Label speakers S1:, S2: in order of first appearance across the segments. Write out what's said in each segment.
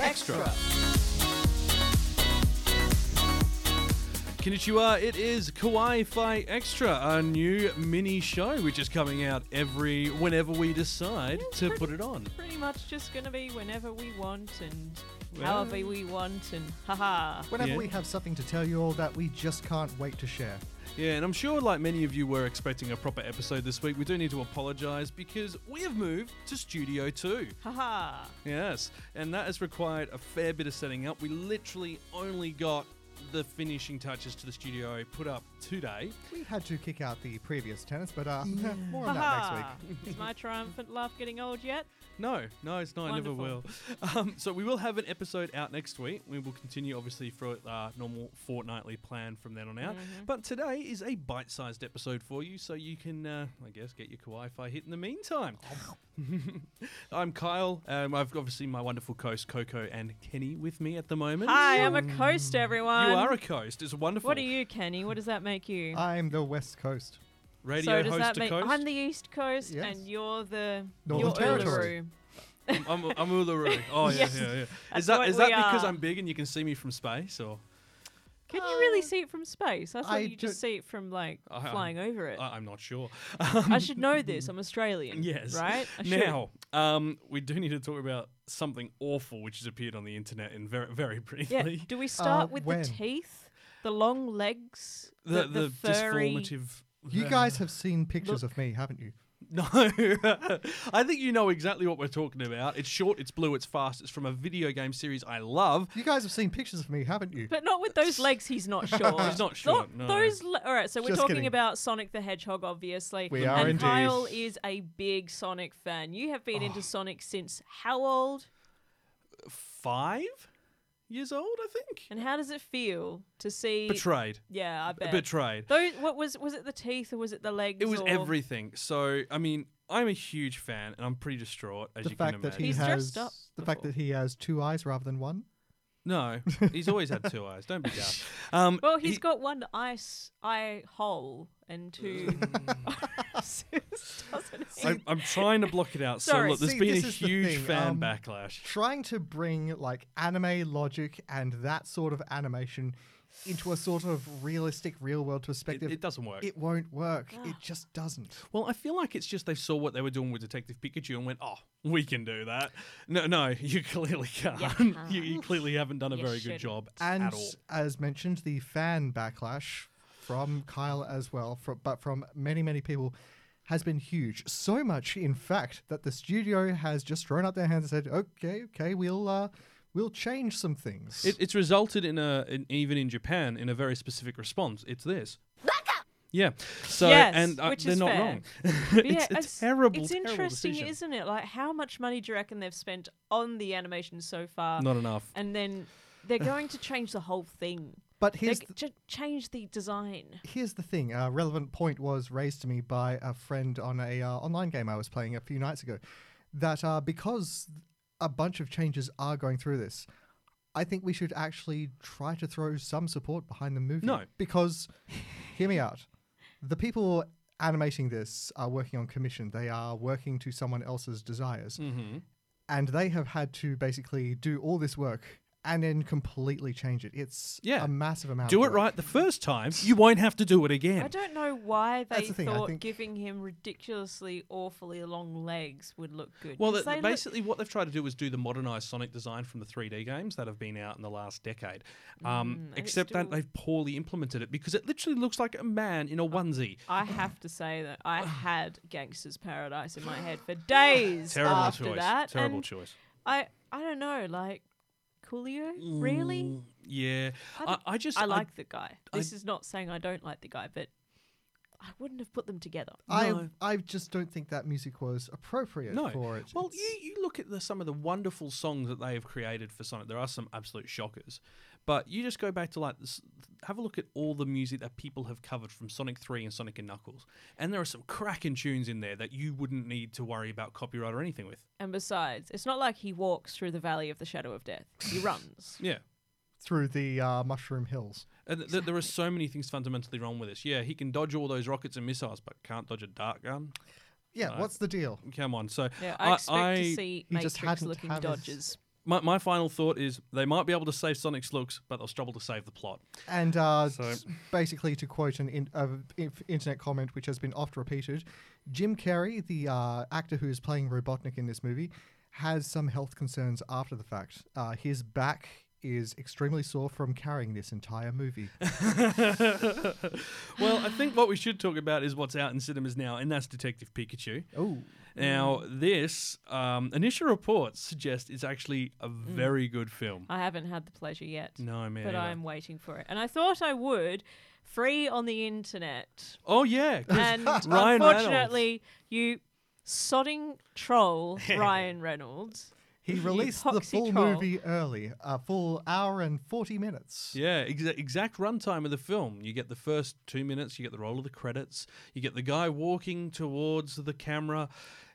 S1: Extra. Konnichiwa, it is Kawaii Fi Extra, our new mini show, which is coming out every whenever we decide to
S2: pretty-
S1: put it on.
S2: Pretty much just gonna be whenever we want and
S1: Well-
S2: however we want and haha.
S3: Whenever
S1: Yeah.
S3: we have something to tell you all that we just can't wait to share.
S1: Yeah, and I'm sure, like many of you, were expecting a proper episode this week. We do need to apologise because we have moved to Studio 2.
S2: Haha.
S1: Yes, and that has required a fair bit of setting up. We literally only got the finishing touches to the studio put up today.
S3: We had to kick out the previous tenants, but uh, more on that
S2: Haha.
S3: next week.
S2: Is my triumphant laugh getting old yet?
S1: No, no, it's not. I never will. Um, so we will have an episode out next week. We will continue, obviously, for our normal fortnightly plan from then on out.
S2: Mm-hmm.
S1: But today is a bite-sized episode for you, so you can, uh, I guess, get your kawaii fi hit in the meantime. I'm Kyle. Um, I've obviously my wonderful host Coco and Kenny with me at the moment.
S2: Hi, I'm a coast, everyone.
S1: You are a coast. It's wonderful.
S2: What are you, Kenny? What does that make you?
S3: I'm the West Coast.
S1: Radio
S2: so does
S1: host
S2: that
S1: to
S2: make
S1: coast.
S2: I'm the East Coast
S3: Yes.
S2: and you're the
S3: Northern
S2: you're
S3: Territory.
S2: Uluru.
S1: I'm, I'm Uluru. Oh yeah,
S2: Yes.
S1: yeah, yeah. Is
S2: That's
S1: that
S2: what
S1: is
S2: we
S1: that because
S2: are.
S1: I'm big and you can see me from space, or
S2: Can you really see it from space? I thought
S3: I
S2: you just
S3: don't-
S2: see it from like
S1: I-
S2: flying over it.
S1: I, I'm not sure.
S2: I should know this. I'm Australian.
S1: Yes.
S2: Right? I should.
S1: Now, um, we do need to talk about something awful which has appeared on the internet in very, very
S2: Yeah.
S1: briefly.
S2: Do we start
S3: Uh,
S2: with
S3: when?
S2: the teeth, the long legs,
S1: The,
S2: the, the, furry?
S1: disformative.
S3: You guys have seen pictures of me, haven't you?
S1: No. I think you know exactly what we're talking about. It's short, it's blue, it's fast. It's from a video game series I love.
S3: You guys have seen pictures of me, haven't you?
S2: But not with those legs. He's not sure.
S1: He's not sure, no.
S2: Those. Le- All right. So we're
S3: Just
S2: talking
S3: kidding.
S2: about Sonic the Hedgehog, obviously.
S3: We are
S2: and
S3: indeed.
S2: Kyle is a big Sonic fan. You have been into Sonic since how old?
S1: Five years old, I think.
S2: And how does it feel to see?
S1: Betrayed.
S2: yeah, I bet.
S1: Betrayed.
S2: Those. What was? Was it the teeth or was it the legs?
S1: It was
S2: or-
S1: everything. So, I mean, I'm a huge fan and I'm pretty distraught, as
S3: the
S1: you can
S3: fact
S1: imagine.
S3: that he
S2: He's
S3: has
S2: dressed up
S3: the fact
S2: before.
S3: that he has two eyes rather than one.
S1: No, he's always had two eyes. Don't be daft. Um,
S2: Well, he's
S1: he-
S2: got one ice eye hole and two. orifices, doesn't he?
S1: I'm, I'm trying to block it out. So
S2: Sorry.
S1: look, there's
S3: See,
S1: been a
S3: this is the
S1: huge
S3: thing,
S1: fan
S3: um,
S1: backlash.
S3: Trying to bring like anime logic and that sort of animation into a sort of realistic real world
S1: It,
S3: perspective.
S1: it doesn't work.
S3: It won't work.
S2: Ah.
S3: It just doesn't.
S1: well, I feel like it's just they saw what they were doing with Detective Pikachu and went, "Oh, we can do that." No, no, you clearly can't. You, you, clearly haven't done a
S2: You
S1: very good
S2: shouldn't.
S1: job
S3: And
S1: at all.
S3: as mentioned, the fan backlash from Kyle as well, fro- but from many, many people, has been huge. So much, in fact, that the studio has just thrown up their hands and said, "Okay, okay, we'll uh, we'll change some things."
S1: It, it's resulted in a, in, even in Japan, in a very specific response. It's this. Yeah. So
S2: Yes,
S1: and uh,
S2: which
S1: they're
S2: is
S1: not
S2: fair.
S1: wrong.
S2: But
S1: it's a terrible.
S2: It's
S1: terrible
S2: interesting,
S1: decision.
S2: isn't it? Like, how much money do you reckon they've spent on the animation so far?
S1: Not enough.
S2: and then they're going to change the whole thing.
S3: but
S2: They're
S3: here's
S2: g- to change the design.
S3: here's the thing a relevant point was raised to me by a friend on a uh, online game i was playing a few nights ago that uh, because a bunch of changes are going through this i think we should actually try to throw some support behind the movie
S1: No.
S3: because hear me out the people animating this are working on commission they are working to someone else's desires
S1: Mm-hmm.
S3: and they have had to basically do all this work and then completely change it it's
S1: Yeah.
S3: a massive amount
S1: Do
S3: of
S1: it
S3: work.
S1: right the first time. You won't have to do it again.
S2: I don't know why they
S3: That's the thing, I
S2: thought
S3: think-
S2: giving him ridiculously awfully long legs would look good.
S1: Well,
S2: 'cause
S1: th-
S2: they look-
S1: basically, what they've tried to do is do the modernized Sonic design from the 3D games that have been out in the last decade. Um,
S2: Mm, and it's
S1: except that
S2: still- Uh,
S1: they've poorly implemented it because it literally looks like a man in a onesie.
S2: I have to say that I had Gangster's Paradise in my head for days
S1: Terrible
S2: after
S1: choice.
S2: that.
S1: Terrible
S2: and
S1: choice.
S2: I, I don't know, like, Coolio? Really?
S1: Mm, Yeah.
S2: I
S1: I,
S2: don't-
S1: I just.
S2: I like the guy.
S1: I-
S2: This is not saying I don't like the guy, but I wouldn't have put them together.
S3: I I just don't think that music was appropriate
S1: No.
S3: for it.
S1: Well,
S3: It's-
S1: you, you look at the, some of the wonderful songs that they have created for Sonic. There are some absolute shockers, but you just go back to like this, have a look at all the music that people have covered from Sonic Three and Sonic and Knuckles, and there are some cracking tunes in there that you wouldn't need to worry about copyright or anything with.
S2: And besides, it's not like he walks through the valley of the shadow of death. He runs.
S1: Yeah.
S3: through the uh, mushroom hills.
S1: And th- th- there are so many things fundamentally wrong with this. Yeah, he can dodge all those rockets and missiles, but can't dodge a dart gun.
S3: Yeah, what's the deal?
S1: Come on. So
S2: Yeah, I expect
S1: I-
S2: to see
S3: He just
S2: Matrix
S3: hadn't
S2: looking
S3: had his-
S2: dodges.
S1: my, my final thought is they might be able to save Sonic's looks, but they'll struggle to save the plot.
S3: And uh,
S1: So-
S3: s- basically, to quote an in, uh, inf- internet comment which has been oft repeated, Jim Carrey, the uh, actor who is playing Robotnik in this movie, has some health concerns after the fact. Uh, his back is extremely sore from carrying this entire movie.
S1: well, I think what we should talk about is what's out in cinemas now, and that's Detective Pikachu.
S3: oh,
S1: Now,
S2: Mm.
S1: this um, initial reports suggest it's actually a
S2: Mm.
S1: very good film.
S2: I haven't had the pleasure yet,
S3: Mm,
S1: No, man.
S2: but I'm waiting for it. And I thought I would, free on the internet.
S1: Oh yeah, 'cause
S2: And
S1: Ryan
S2: unfortunately, you sodding troll Ryan Reynolds.
S3: he
S2: You
S3: released the
S2: poxy
S3: full
S2: troll.
S3: movie early, a full hour and 40 minutes.
S1: Yeah, exa- exact runtime of the film. You get the first two minutes, you get the roll of the credits, you get the guy walking towards the camera,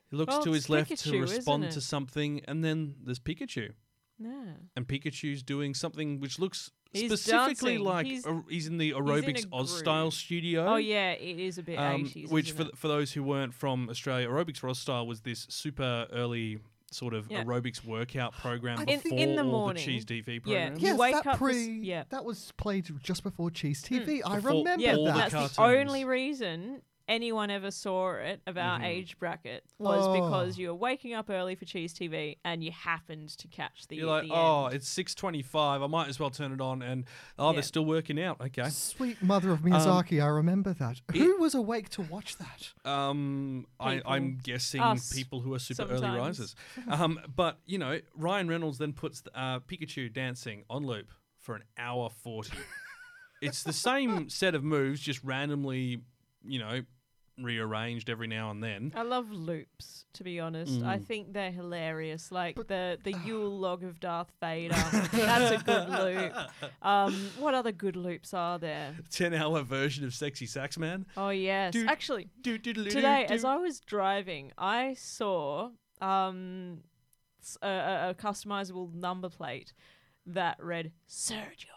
S1: he looks
S2: Well,
S1: to
S2: it's
S1: his left
S2: Pikachu,
S1: to
S2: isn't
S1: respond to
S2: it?
S1: something, and then there's Pikachu.
S2: No.
S1: And Pikachu's doing something which looks
S2: He's
S1: specifically
S2: dancing.
S1: like
S2: He's-
S1: a- he's in the aerobics
S2: a
S1: Oz style
S2: groove.
S1: studio.
S2: Oh yeah, it is a bit
S1: um,
S2: 80s.
S1: which
S2: isn't
S1: for
S2: it?
S1: th- for those who weren't from Australia, aerobics Oz style was this super early sort of
S2: Yeah.
S1: aerobics workout program
S3: I
S2: think-
S1: before
S2: In the
S1: all
S2: morning.
S1: the cheese DV
S2: Yeah.
S1: program.
S2: You
S3: Yes,
S2: wake
S3: that
S2: up for s-
S3: pre
S2: yeah. Hmm.
S3: that was played just before Cheese TV. I
S1: Before
S3: remember
S2: yeah,
S1: all the
S2: that's
S3: that.
S2: the
S1: cartoons. Mm-hmm.
S2: only reason anyone ever saw it of our age bracket was
S3: Oh.
S2: because you were waking up early for Cheese TV and you happened to catch the.
S1: You're like,
S2: the
S1: oh,
S2: end."
S1: it's six twenty-five. I might as well turn it on. And oh,
S2: Yeah.
S1: they're still working out. Okay.
S3: Sweet mother
S1: Um,
S3: of Miyazaki, I remember that. Who was awake to watch that?
S1: Um, I, I'm guessing
S2: Us,
S1: people who are super early
S2: sometimes.
S1: risers. Um, but you know, Ryan Reynolds then puts the, uh, Pikachu dancing on loop for an hour forty. it's the same set of moves, just randomly, you know, rearranged every now and then.
S2: I love loops, to be honest. I
S1: Mm.
S2: think they're hilarious. Like the the Yule log of Darth Vader. That's a good loop. Um, what other good loops are there?
S1: Ten-hour version of Sexy Sax Man.
S2: Oh yes,
S1: Dude,
S2: actually,
S1: Do, do, do, do,
S2: today
S1: do.
S2: as I was driving, I saw um s- a, a, a customizable number plate that read Sergio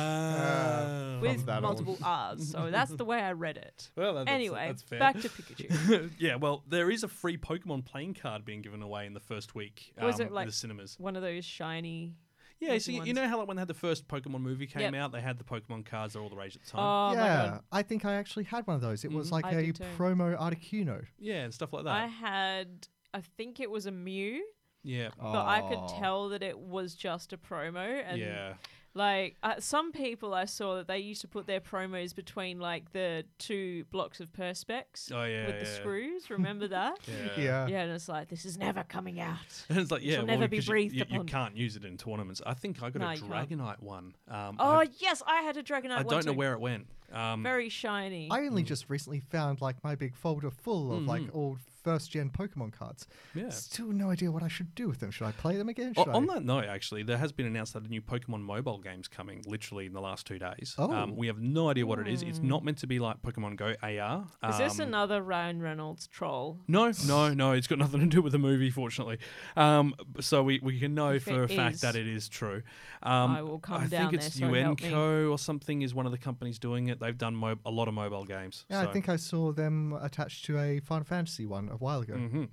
S1: Ah.
S2: with
S3: that old.
S2: multiple R's. So that's the way I read it.
S1: well, that- that's,
S2: anyway,
S1: that's fair.
S2: back to Pikachu.
S1: yeah, well, there is a free Pokemon playing card being given away in the first week. Um,
S2: Was it like-
S1: in the cinemas?
S2: One of those shiny.
S1: Yeah, so
S2: Easy
S1: you, you
S2: ones.
S1: know how like when they had the first Pokemon movie came
S2: Yep.
S1: out, they had the Pokemon cards. They're all the rage at the time.
S2: Oh my god. Mm,
S3: yeah, I think I actually had one of those. It was like
S2: I
S3: a
S2: did too.
S3: promo Articuno.
S1: yeah, and stuff like that.
S2: I had, I think it was a Mew,
S1: yeah,
S2: but I could tell that it was just a promo. And
S1: yeah.
S2: like uh, some people I saw that they used to put their promos between like the two blocks of perspex
S1: Oh yeah,
S2: with
S1: yeah.
S2: the screws. Remember that?
S1: Yeah.
S3: Yeah.
S2: yeah. and it's like this is never coming out.
S1: And it's like, yeah,
S2: shall
S1: well,
S2: never be
S1: 'cause you-
S2: breathed
S1: you, you,
S2: upon.
S1: can't use it in tournaments. I think I got
S2: No,
S1: a
S2: you can't.
S1: Dragonite one. Um,
S2: Oh
S1: I've-
S2: yes, I had a Dragonite.
S1: I
S2: one
S1: don't know
S2: too.
S1: where it went. Um,
S2: Very shiny.
S3: I
S1: Mm.
S3: only just recently found like my big folder full of like old first gen Pokemon cards.
S1: Mm-hmm. yeah.
S3: Still no idea what I should do with them. Should I play them again?
S1: O-
S3: Should
S1: on
S3: I?
S1: that note, actually, there has been announced that a new Pokemon mobile game's coming literally in the last two days.
S3: Oh.
S1: Um, we have no idea what it is. It's not meant to be like Pokemon Go AR.
S2: Hmm. is this
S1: Um,
S2: another Ryan Reynolds troll?
S1: No, no, no. It's got nothing to do with the movie, fortunately. Um, so we, we can know
S2: If
S1: for a
S2: it
S1: fact
S2: is,
S1: that it is true. Um,
S2: I will come
S1: I
S2: down
S1: think it's
S2: there, so help me.
S1: UNCO or something is one of the companies doing it. They've done mo- a lot of mobile games.
S3: yeah,
S1: so-
S3: I think I saw them attached to a Final Fantasy one a while ago.
S1: Mhm.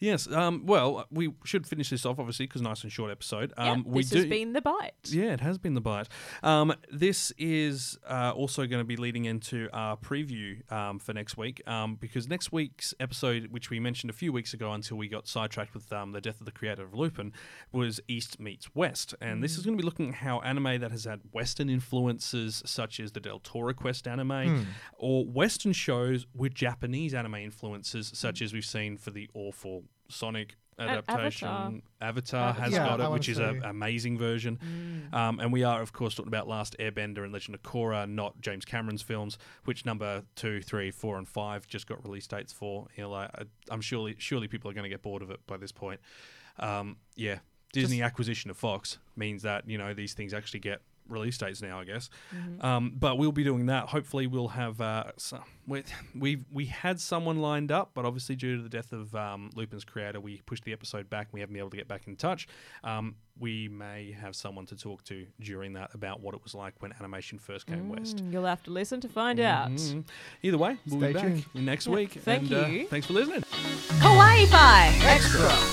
S1: Yes. Um, well, we should finish this off, obviously, because nice and short episode. Um,
S2: yeah,
S1: we
S2: this
S1: do.
S2: has been the bite.
S1: Yeah, it has been the bite. Um, this is uh, also going to be leading into our preview um, for next week um, because next week's episode, which we mentioned a few weeks ago until we got sidetracked with um, the death of the creator of Lupin, was East meets West. And
S2: Mm.
S1: this is going to be looking at how anime that has had Western influences, such as the Del Toro Quest anime,
S2: Hmm.
S1: or Western shows with Japanese anime influences, such as we've seen for the awful Sonic.
S2: And Avatar.
S1: Adaptation. Avatar has
S3: Yeah,
S1: got
S3: I
S1: it,
S3: wanna
S1: which is a,
S3: see. Mm.
S1: amazing version. Um, and we are, of course, talking about Last Airbender and Legend of Korra, not James Cameron's films, which number two, three, four, and five just got release dates for. You know, like, I, I'm surely surely people are going to get bored of it by this point. Um, yeah, Disney acquisition of Fox means that you know these things actually get release dates now, I guess.
S2: Mm-hmm.
S1: Um, but we'll be doing that. Hopefully, we'll have uh, some, we we we had someone lined up, but obviously due to the death of um, Lupin's creator, we pushed the episode back. We haven't been able to get back in touch. Um, we may have someone to talk to during that about what it was like when animation first came west.
S2: Mm, You'll have to listen to find out.
S1: Mm. Either way, we'll
S3: Stay
S1: be back
S3: tuned.
S1: next
S2: Yeah,
S1: week.
S2: thank
S1: and, uh,
S2: you.
S1: thanks for listening.
S4: Kawaii Five.
S2: Extra.